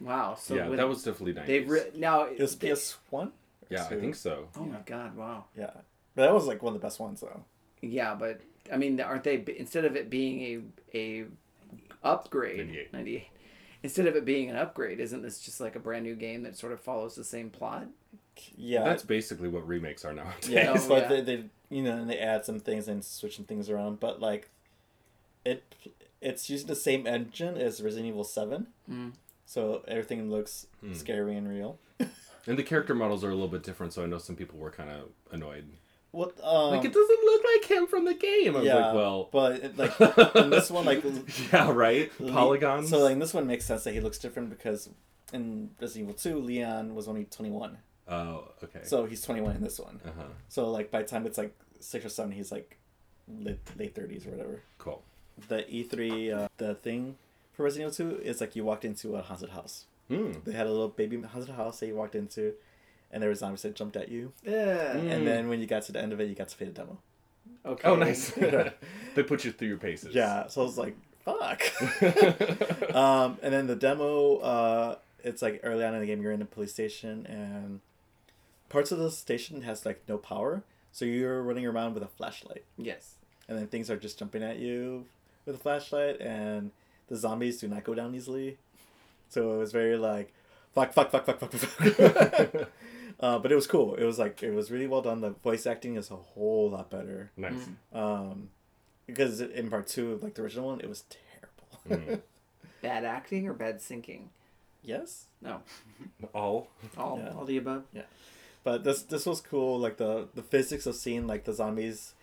Wow. So
yeah,
when-
that was definitely 90s.
They've re- now.
It was
they-
PS One.
yeah, I think so.
Oh my god! Wow.
Yeah, but that was like one of the best ones though.
Yeah, but I mean, aren't they? Instead of it being a a upgrade,
98.
98, Instead of it being an upgrade, isn't this just like a brand new game that sort of follows the same plot?
Yeah,
That's basically what remakes are nowadays.
yeah,
Oh,
but
yeah.
They, they you know and they add some things and switch some things around, but like it it's using the same
Mm.
engine as Resident Evil Seven, so everything looks scary and real.
And the character models are a little bit different, so I know some people were kind of annoyed.
What? Um,
Like it doesn't look like him from the game. I was
yeah,
like, well,
but it, like in this one, like l-
yeah, right.
Le-
Polygons.
So like in this one makes sense that he looks different because in Resident Evil Two, Leon was only twenty one,
oh, okay.
so he's twenty one in this one.
uh-huh.
So like by the time it's like six or seven, he's like late late thirties or whatever.
Cool.
The E three uh, the thing for Resident Evil Two is like you walked into a haunted house.
Hmm.
They had a little baby haunted house that you walked into, and there was zombies that jumped at you.
Yeah.
And then when you got to the end of it, you got to play the demo.
Okay.
Oh, nice. they put you through your paces.
Yeah, so I was like, fuck. um, and then the demo, uh, it's like early on in the game, you're in a police station, and parts of the station has like no power, so you're running around with a flashlight,
Yes.
and then things are just jumping at you with a flashlight, and the zombies do not go down easily, so it was very like, fuck, fuck, fuck, fuck, fuck, fuck. fuck. Uh, but it was cool. It was like it was really well done. The voice acting is a whole lot better
Nice.
um because in part two like the original one it was terrible
Bad acting or bad syncing?
yes
No.
All.
All
Yeah.
all the above.
but this this was cool like the the physics of seeing like the zombies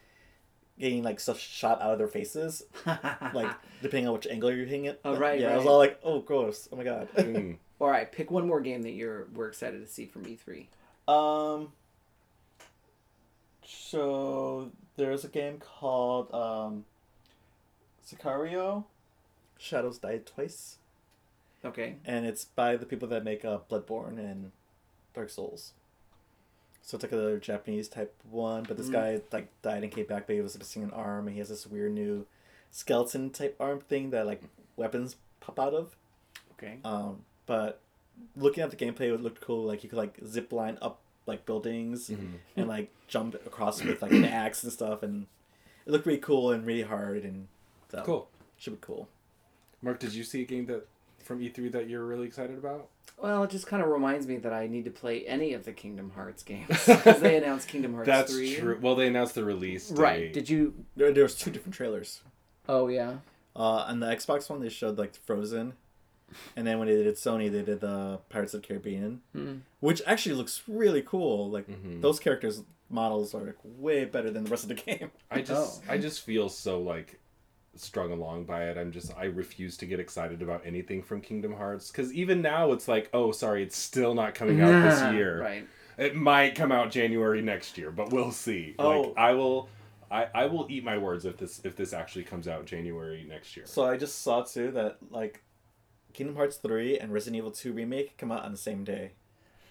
getting like stuff shot out of their faces like depending on which angle you're hitting it
Oh, right,
yeah i was
right.
all like oh gross oh my god
Mm.
All right, pick one more game that you're we're excited to see from E E3.
um so there's a game called um sicario shadows die twice
Okay.
and it's by the people that make uh, Bloodborne and Dark Souls. So it's like another Japanese type one, but this
Hmm.
guy like died and came back, but he was missing an arm, and he has this weird new skeleton type arm thing that like weapons pop out of.
Okay.
Um, but looking at the gameplay, it looked cool. Like you could like zip line up like buildings and like jump across with like an axe and stuff, and it looked really cool and really hard and so
Cool.
Should be cool.
Mark, did you see a game that from E3 that you're really excited about?
Well, it just kind of reminds me that I need to play any of the Kingdom Hearts games because they announced Kingdom Hearts
That's
3.
true. E Well, they announced the release date.
Right. Did you?
There, there's two different trailers.
Oh yeah.
Uh, on the Xbox one, they showed like Frozen, and then when they did Sony, they did the Pirates of the Caribbean, which actually looks really cool. Like those characters models are like way better than the rest of the game.
I just
Oh.
I just feel so like strung along by it. I'm just I refuse to get excited about anything from Kingdom Hearts because even now it's like oh sorry it's still not coming out
Nah,
this year.
Right.
It might come out January next year, but we'll see.
Oh.
Like I will. I, I will eat my words if this if this actually comes out January next year.
So I just saw too that like Kingdom Hearts three and Resident Evil two remake come out on the same day.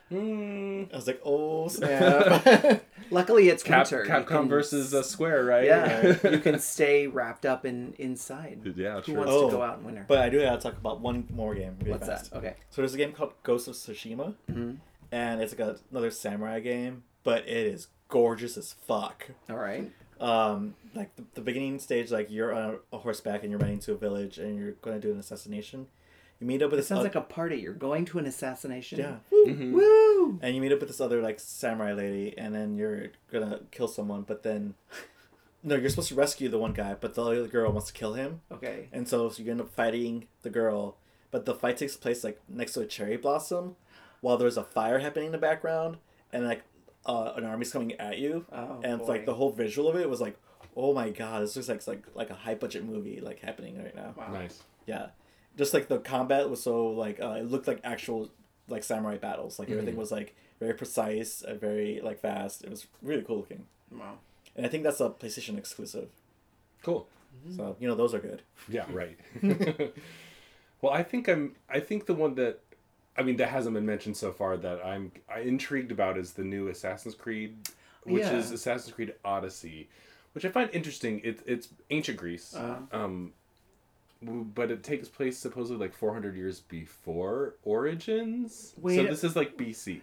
Hmm.
I was like, oh snap!
Luckily, it's
Cap,
winter. You
Capcom
can-
versus uh, Square, right?
Yeah, you can stay wrapped up in inside.
Yeah,
Who
true.
wants
Oh,
to go out in winter?
but I do gotta talk about one more game. Really
What's
fast.
that? Mm-hmm. Okay.
So there's a game called Ghost of Tsushima, and it's like a, another samurai game, but it is gorgeous as fuck.
All right.
Um, like the, the beginning stage, like you're on a, a horseback and you're running to a village and you're gonna do an assassination. You meet up with
It
this
sounds
oth-
like a party. You're going to an assassination.
Yeah.
Woo!
Mm-hmm.
Woo!
and you meet up with this other like samurai lady, and then you're gonna kill someone, but then no, you're supposed to rescue the one guy, but the other girl wants to kill him,
Okay.
and so, so you end up fighting the girl, but the fight takes place like next to a cherry blossom, while there's a fire happening in the background, and like uh, an army's coming at you,
Oh,
and it's like
boy.
the whole visual of it was like, oh my god, this looks like like like a high budget movie like happening right now.
Nice.
Yeah, just like the combat was so like uh, it looked like actual like samurai battles. Like everything was like very precise, uh, very like fast. It was really cool looking,
Wow.
and I think that's a PlayStation exclusive.
Cool.
So you know those are good.
Yeah, right. well, I think I'm. I think the one that, I mean, that hasn't been mentioned so far that I'm I, intrigued about is the new Assassin's Creed, which
Yeah.
is Assassin's Creed Odyssey, which I find interesting. It, it's ancient Greece,
Uh-huh.
um, w- but it takes place supposedly like 400 years before Origins. so
Wait.
this is like BC,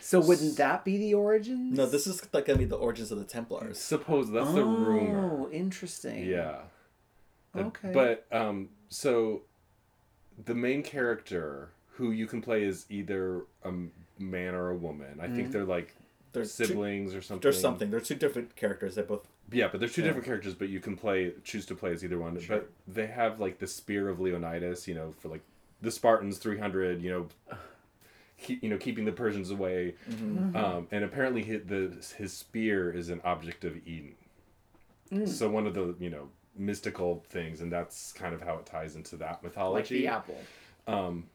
So wouldn't that be the origins?
No, this is like gonna be the origins of the Templars.
suppose that's
oh,
the rumor.
interesting.
Yeah. The-
Okay.
But um, so the main character who you can play is either a man or a woman. I think they're like
There's
siblings or something.
There's something. There's two different characters. They both.
Yeah, but they're two different characters, but you can play choose to play as either one. But they have like the spear of Leonidas, you know, for like the Spartans 300, you know, keep, you know keeping the Persians away.
Mm-hmm.
Um, and apparently, his, the his spear is an object of Eden.
Mm.
So one of the you know mystical things, and that's kind of how it ties into that
like
mythology.
the apple.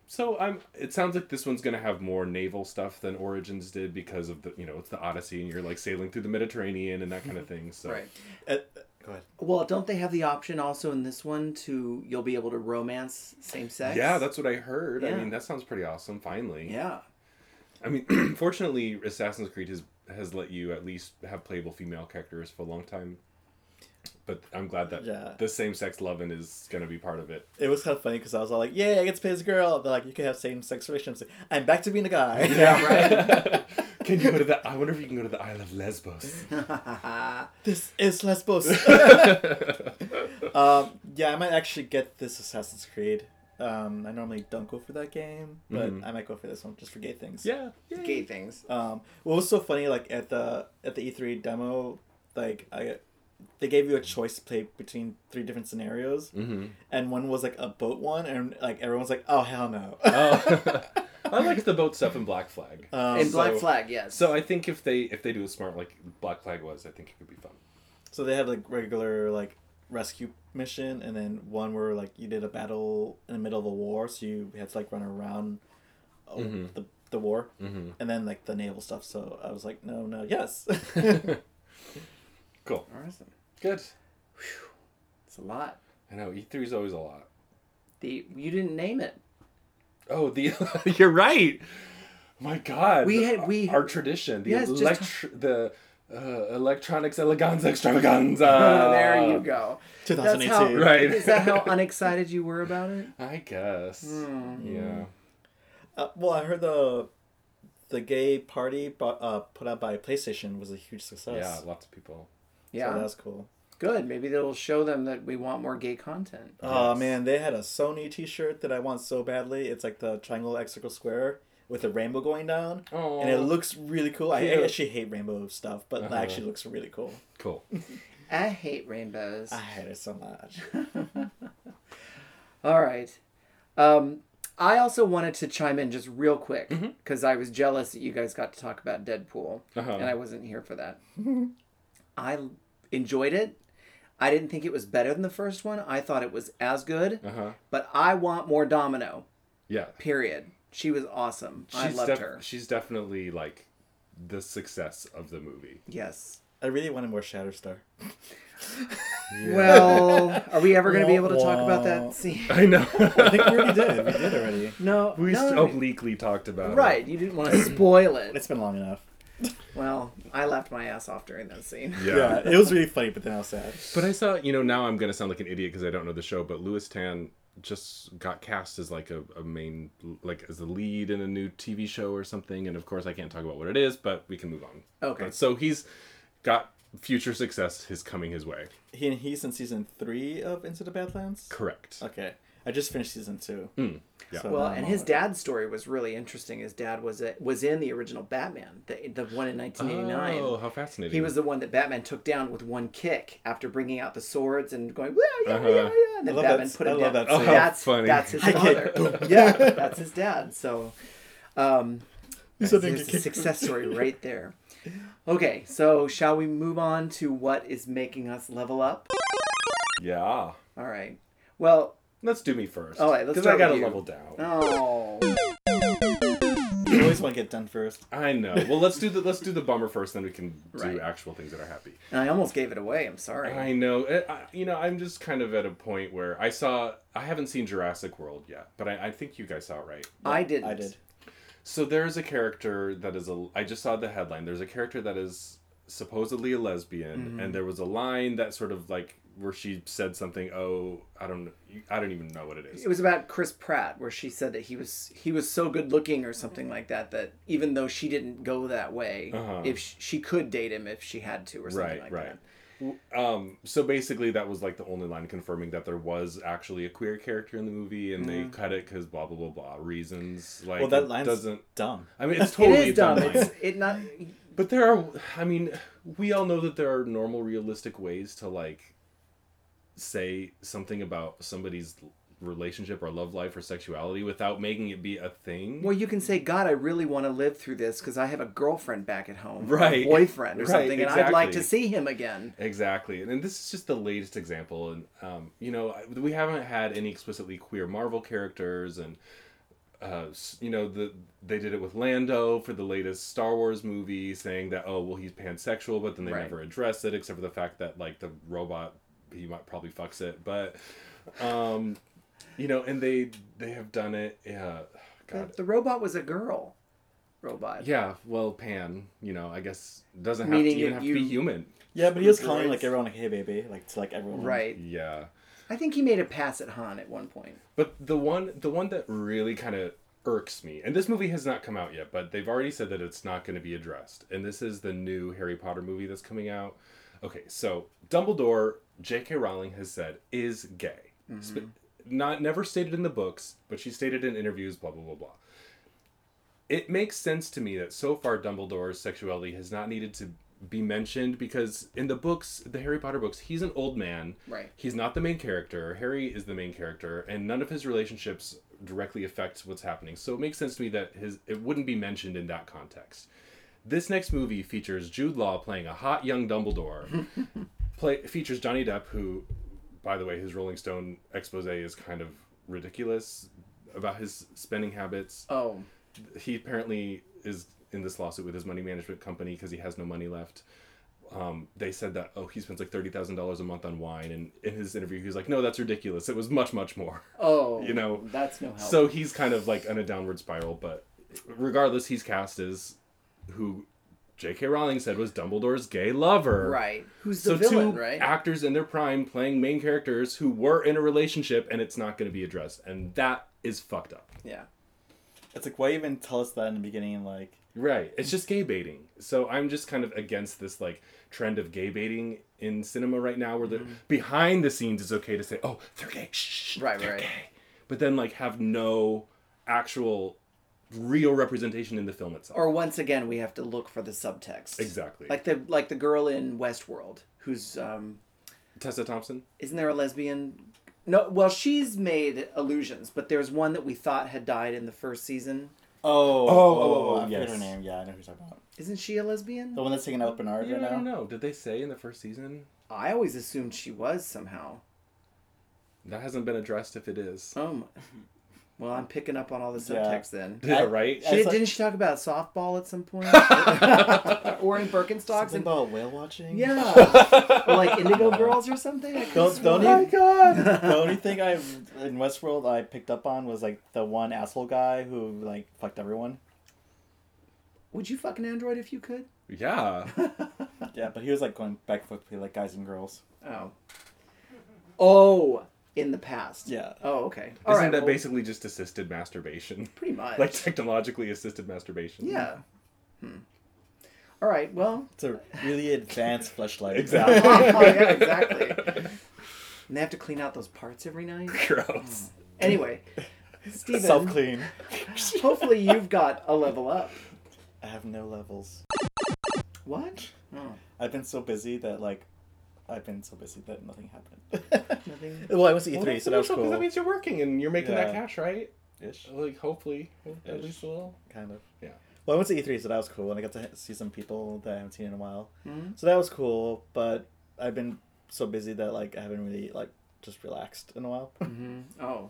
So I'm. It sounds like this one's gonna have more naval stuff than Origins did because of the you know it's the Odyssey and you're like sailing through the Mediterranean and that kind of thing. So
Right.
Uh, go ahead.
Well, don't they have the option also in this one to you'll be able to romance same sex?
yeah, that's what I heard. I
Yeah.
mean, that sounds pretty awesome. Finally,
yeah.
I mean, fortunately, Assassin's Creed has has let you at least have playable female characters for a long time. But I'm glad that
Yeah.
the same sex loving is gonna be part of it.
It was kind of funny because I was all like, "Yeah, I get to play as a girl." They're like, "You can have same sex relationships." I'm back to being a guy.
Can you go to the? I wonder if you can go to the Isle of Lesbos.
This is Lesbos. um, yeah, I might actually get this Assassin's Creed. Um, I normally don't go for that game, but I might go for this one just for gay things.
yeah,
Gay things.
Um, what was so funny, like at the at the E3 demo, like I, they gave you a choice to play between three different scenarios,
Mm.
mm-hmm. and one was like a boat one, and like everyone's like, "Oh hell no!"
Oh. I liked the boat stuff in Black Flag.
Um,
and Black
so-
Flag, yes.
so I think if they if they do it smart like Black Flag was, I think it could be fun.
So they had like regular like rescue mission, and then one where like you did a battle in the middle of a war, so you had to like run around uh, the the war, mm-hmm. and then like the naval stuff. So I was like, no, no, yes.
Cool.
Awesome.
Good.
It's a lot.
I know E3 is always a lot.
The you didn't name it.
Oh, the you're right. My God,
We
the-
had- we-
our tradition the
Yes, just-
electr- the uh, electronics eleganza extravaganza.
Uh,
there you go. That's how,
2018.
Right.
Is that how unexcited you were about it?
I guess.
Hmm.
Yeah.
uh, well, I heard the the gay party bu- uh, put out by PlayStation was a huge
Yeah.
success.
Lots of people.
Yeah.
so that was cool.
Good. Maybe that'll show them that we want more gay content.
Oh man, they had a Sony T-shirt that I want so badly. It's like the triangle, hexagonal, square with a rainbow going down,
Aw.
Oh.
and it looks really cool. I, I
Cute.
actually hate rainbow stuff, but it
Uh-huh.
actually looks really cool.
Cool.
I hate rainbows.
I hate it so much.
All right. Um, I also wanted to chime in just real quick
Mm-hmm.
because I was jealous that you guys got to talk about Deadpool
Uh-huh.
and I wasn't here for that. I l- enjoyed it. I didn't think it was better than the first one. I thought it was as good,
Uh.
Uh-huh.
but I want more Domino.
Yeah.
Period. She was awesome. I
She's
loved
def-
her.
She's definitely like the success of the movie.
Yes.
I really wanted more Shatterstar.
Well, are we ever going to be able to talk about
Wah, wah.
that scene?
I know.
I think we already did. We did already.
No,
we
no.
st- obliquely talked about it.
right. You didn't want to spoil
Oh, It's
it.
been long enough.
Well, I laughed my ass off during that scene.
yeah.
it was really funny, but then I was sad.
But I saw, you know, now I'm going to sound like an idiot because I don't know the show, but Louis Tan just got cast as like a, a main, like as the lead in a new TV show or something. And of course, I can't talk about what it is, but we can move on.
Okay.
But so he's got future success is coming his way.
He and he's in season three of Into the Badlands.
Correct.
Okay, I just finished season two.
yeah.
So
Hmm. Well,
now
and
I'm
his
all-
dad's story was really interesting. His dad was a, was in the original Batman, the the one in 1989.
Oh, how fascinating.
He was the one that Batman took down with one kick after bringing out the swords and going, "Wah, yeah, yeah, yeah, yeah," and
I
then
love
Batman
that-
put
I
him
love
down.
that scene.
Uh-huh. Oh, how
that's
funny.
that's his
High
father.
kick.
yeah, that's his dad. So, um,
said they
there's
get
a
kicked.
success story right there. Okay, so shall we move on to what is making us level up?
yeah.
All right. Well,
Let's do me first.
All right, let's
I
start
got to
with you.
level down.
oh,
You always want to get done first.
I know. Well, let's do the let's do the bummer first, then we can
Right.
do actual things that are happy.
and I almost gave it away. I'm sorry.
I know. It, I, you know, I'm just kind of at a point where I saw. I haven't seen Jurassic World yet, but I, I think you guys saw it, right?
I didn't.
I did.
So there's a character that is a. I just saw the headline. There's a character that is supposedly a lesbian,
Mm-hmm.
and there was a line that sort of like where she said something. Oh, I don't. I don't even know what it is.
It was about Chris Pratt, where she said that he was he was so good looking or something like that that even though she didn't go that way,
Uh-huh.
if she, she could date him if she had to or something
right,
like
right.
that.
W Um, so basically, that was like the only line confirming that there was actually a queer character in the movie, and
Mm.
they cut it because blah blah blah blah reasons. Like,
Well, that
it
line
doesn't.
doesn't dumb.
I mean, it's totally
it is dumb.
line.
It's it not.
But there are, I mean, we all know that there are normal, realistic ways to like say something about somebody's relationship or love life or sexuality without making it be a thing.
Well, you can say, God, I really want to live through this because I have a girlfriend back at home, or
Right.
a boyfriend, or
Right,
something, and I'd like to
exactly.
see him again.
Exactly, and, and this is just the latest example. And um, you know, I- we haven't had any explicitly queer Marvel characters, and uh, s- you know, the they did it with Lando for the latest Star Wars movie, saying that oh, well, he's pansexual, but then they
Right.
never addressed it except for the fact that like the robot, he might probably fucks it, but um, you know, and they they have done it. Yeah, God,
But the robot was a girl robot.
yeah. Well, pan, you know, I guess doesn't have
Meaning
to even
that
have to be
you-
human.
Yeah, but he was
Right.
calling like everyone like, "Hey, baby," like to like everyone.
Right.
Yeah.
I think he made a pass at Han at one point.
But the one the one that really kind of irks me, and this movie has not come out yet, but they've already said that it's not going to be addressed. And this is the new Harry Potter movie that's coming out. Okay, so Dumbledore, J.K. Rowling has said is gay. Sp- not never stated in the books, but she stated in interviews. Blah blah blah blah. It makes sense to me that so far Dumbledore's sexuality has not needed to be mentioned because in the books, the Harry Potter books, he's an old man.
Right.
He's not the main character. Harry is the main character, and none of his relationships directly affects what's happening. So it makes sense to me that his it wouldn't be mentioned in that context. This next movie features Jude Law playing a hot young Dumbledore. play features Johnny Depp, who, by the way, his Rolling Stone expose is kind of ridiculous about his spending habits.
Oh,
He apparently is in this lawsuit with his money management company because he has no money left. Um, they said that oh he spends like thirty thousand dollars a month on wine, and in his interview he was like, no, that's ridiculous. It was much much more.
oh.
You know,
that's no help.
So he's kind of like on a downward spiral, but regardless, he's cast as who J.K. Rowling said was Dumbledore's gay lover.
right. Who's the
So
villain?
two
right.
actors in their prime playing main characters who were in a relationship, and it's not going to be addressed, and that is fucked up.
yeah.
It's like why even tell us that in the beginning? Like,
Right. It's just gay baiting. So I'm just kind of against this like trend of gay baiting in cinema right now where the
Mm-hmm.
behind the scenes it's okay to say, "Oh, they're gay." Shh, shh,
Right,
they're
right.
gay." But then like have no actual real representation in the film itself.
Or once again, we have to look for the subtext.
exactly.
Like the like the girl in Westworld, who's um,
Tessa Thompson?
isn't there a lesbian? No. Well, she's made allusions, but there's one that we thought had died in the first season.
oh,
oh, oh,
I forget
yes.
her name. Yeah, I know who you're talking about.
Isn't she a lesbian?
The one that's taking out Bernard
Yeah,
right
I don't
now.
know. Did they say in the first season?
I always assumed she was somehow.
That hasn't been addressed if it is.
Oh, my. well, I'm picking up on all the
Yeah.
subtext then.
Yeah, right?
She
I saw-
didn't she talk about softball at some point, or in Birkenstocks
Something
and
about whale watching.
yeah, Oh or like Indigo Girls or something. I
Don't- don't
swear.
even- the only thing I in Westworld I picked up on was like the one asshole guy who like fucked everyone.
Would you fuck an android if you could?
Yeah.
Yeah, but he was like going back and forth between like guys and girls.
Oh. Oh, in the past.
Yeah.
Oh, okay. All
Isn't
right,
that
well,
basically just assisted masturbation?
Pretty much.
like technologically assisted masturbation.
yeah. Hmm. All right. Well.
It's a really advanced fleshlight.
Exactly.
oh, yeah, exactly. And they have to clean out those parts every night.
Gross.
Anyway, Steven,
Self clean.
hopefully you've got a level up.
I have no levels.
What? Oh,
I've been so busy that like I've been so busy that nothing happened.
nothing.
well, I went to E3,
Well,
so that was
cool, 'cause
cool.
That means you're working and you're making that
Yeah.
cash, right?
Ish,
Like hopefully, at
Ish.
least a little.
kind of.
Yeah.
Well, I went to E3, so that was cool, and I got to ha- see some people that I haven't seen in a while.
Hmm?
So that was cool, but I've been so busy that like I haven't really like just relaxed in a while,
Hmm.
Oh,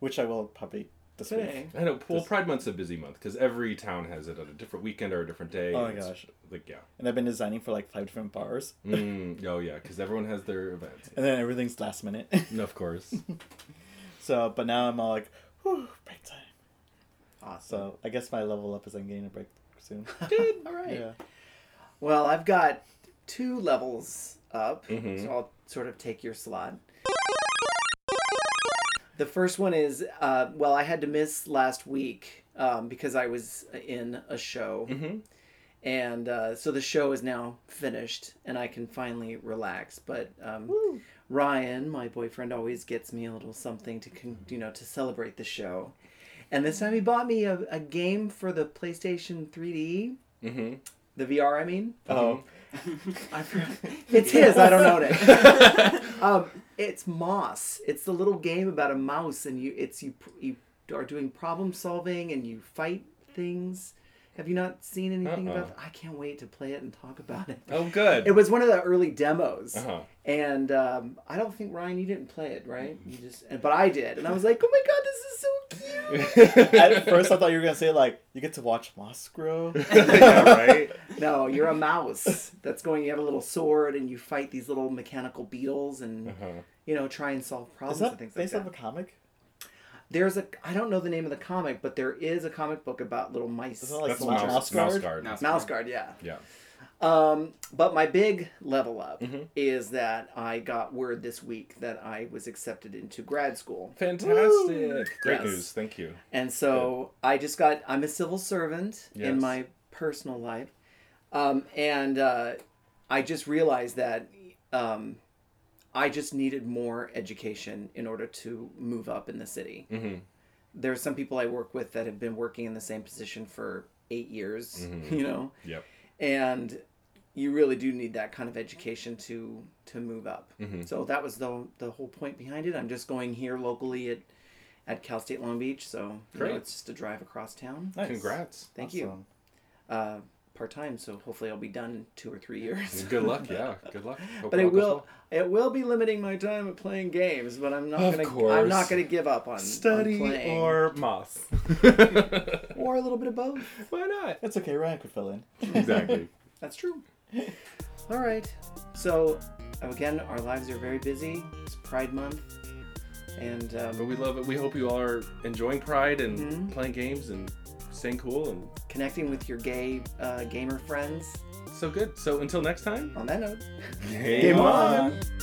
which I will probably this
today.
I know. Well, Pride Month's a busy month because every town has it on a different weekend or a different day.
Oh
and
my
it's-
gosh.
Like yeah.
And I've been designing for like five different bars,
Mm, oh yeah, because everyone has their events.
and then everything's last minute.
No, of course.
so, but now I'm all like, whew, break time.
Awesome.
So I guess my level up is I'm getting a break soon.
All right.
yeah.
Well, I've got two levels up,
Mm-hmm.
Mhm.
so I'll sort of take your slot. The first one is uh, well, I had to miss last week um, because I was in a show,
Mm-hmm.
Mhm.
and uh, so the show is now finished, and I can finally relax. But um, Ryan, my boyfriend, always gets me a little something to con- you know to celebrate the show, and this time he bought me a, a game for the PlayStation 3D,
Mhm.
the VR, I mean.
Oh, I forgot.
It's his. I don't own it. um, it's Moss. It's the little game about a mouse, and you it's you you are doing problem solving and you fight things. Have you not seen anything
Uh-uh.
about? That? I can't wait to play it and talk about it.
Oh, good.
It was one of the early demos,
Uh-huh.
and um, I don't think Ryan, you didn't play it, right? You just, but I did, and I was like, "Oh my god, this is so cute!"
At first, I thought you were gonna say like you get to watch moss grow.
yeah, right?
No, you're a mouse that's going. You have a little sword, and you fight these little mechanical beetles, and
Uh-huh.
you know try and solve
Is
problems and
that
things like
based
that.
off a comic?
There's a I don't know the name of the comic, but there is a comic book about little mice.
Isn't it like
That's
the
mouse, mouse, guard?
Now it's
Mouse
fine.
guard, yeah.
Yeah.
Um, but my big level up is that I got word this week that I was accepted into grad school,
Fantastic. Great
Yes.
news. Thank you.
and so I just got. I'm a civil servant in
Yes.
my personal life, um, and uh, I just realized that um, I just needed more education in order to move up in the city.
Mm-hmm.
There are some people I work with that have been working in the same position for eight years, you know,
Mm-hmm. Yep.
and you really do need that kind of education to to move up.
Mm-hmm.
So that was the the whole point behind it. I'm just going here locally at at Cal State Long Beach, so you know,
Great.
it's just a drive across town.
Nice.
Congrats.
Thank you.
Awesome.
Uh, Part time, so hopefully I'll be done in two or three years.
Good luck. Yeah. Good luck. Hope
But
all
it
goes
will
well.
it will be limiting my time at playing games, but I'm not
Of
gonna I'm
course.
not gonna give up on on
study
playing.
or moss.
or a little bit of both.
Why not?
That's okay. Ryan could fill in.
Exactly.
That's true. All right. So again, our lives are very busy. It's Pride Month, and
But
um,
we love it. We hope you all are enjoying Pride and playing games and staying cool and
connecting with your gay uh, gamer friends.
so good. So until next time,
On that note.
game,
on.